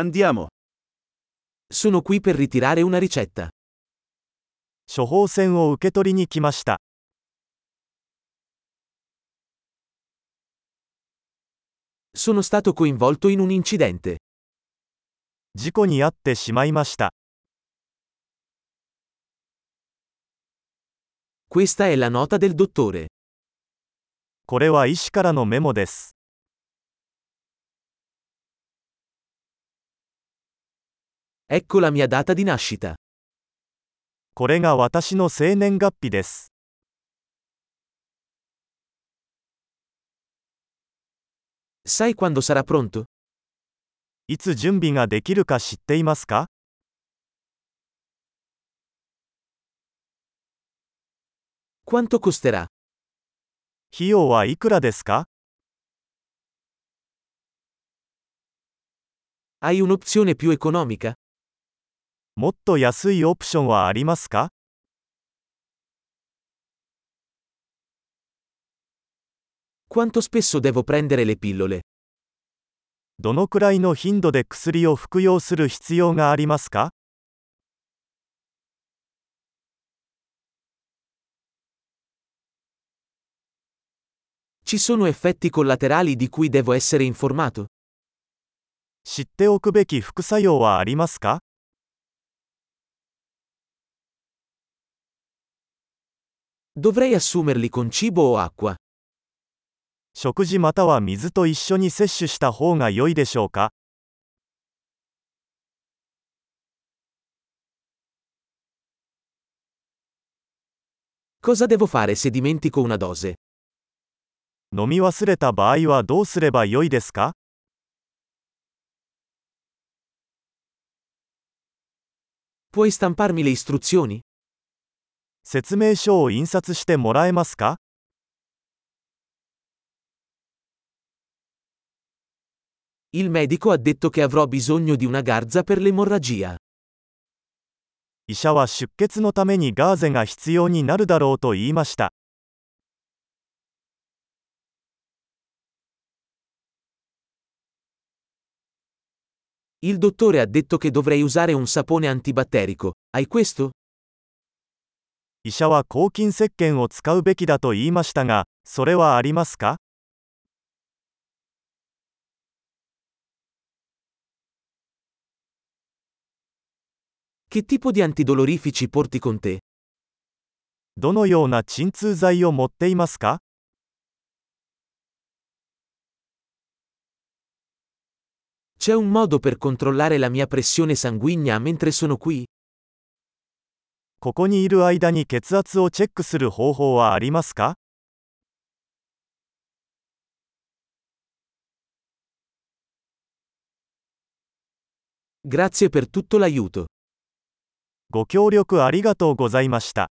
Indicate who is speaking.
Speaker 1: Andiamo. Sono qui per ritirare una ricetta.
Speaker 2: 処方箋を受け取りに来ました
Speaker 1: Sono stato coinvolto in un incidente.
Speaker 2: 事故に遭ってしまいました
Speaker 1: Questa è la nota del dottore.
Speaker 2: これは医師からのメモです
Speaker 1: Ecco la mia data di nascita.
Speaker 2: これが私の生年月日です
Speaker 1: Sai quando sarà pronto?
Speaker 2: いつ準備ができるか知っていますか
Speaker 1: Quanto costerà?
Speaker 2: 費用はいくらですか
Speaker 1: Hai un'opzione più economica?
Speaker 2: もっと安いオプションはありますか
Speaker 1: Quanto spesso devo prendere le pillole?
Speaker 2: どのくらいの頻度で薬を服用する必要がありますか
Speaker 1: Ci sono effetti collaterali di cui devo essere informato?
Speaker 2: 知っておくべき副作用はありますか
Speaker 1: Dovrei assumerli con cibo o acqua?
Speaker 2: 食事または水と一緒に摂取した方が良いでしょうか
Speaker 1: Cosa devo fare se dimentico una dose?
Speaker 2: 飲み忘れた場合はどうすれば良いですか
Speaker 1: Puoi stamparmi le istruzioni?
Speaker 2: 説明書を印刷してもらえますか
Speaker 1: Il medico ha detto che avrò bisogno di una garza per l'emorragia.
Speaker 2: 医者は出血のためにガーゼが必要になるだろうと言いました。
Speaker 1: Il dottore ha detto che dovrei usare un sapone antibatterico. Hai questo?
Speaker 2: 医者は抗菌石鹸を使うべきだと言いましたが、それはありますか
Speaker 1: Che tipo di antidolorifici porti con te?
Speaker 2: どのような鎮痛剤を持っていますか
Speaker 1: C'è un modo per controllare la mia pressione sanguigna mentre sono qui?
Speaker 2: ここにいる間に血圧をチェックする方法はありますか
Speaker 1: Grazie per tutto l'aiuto.
Speaker 2: ご協力ありがとうございました。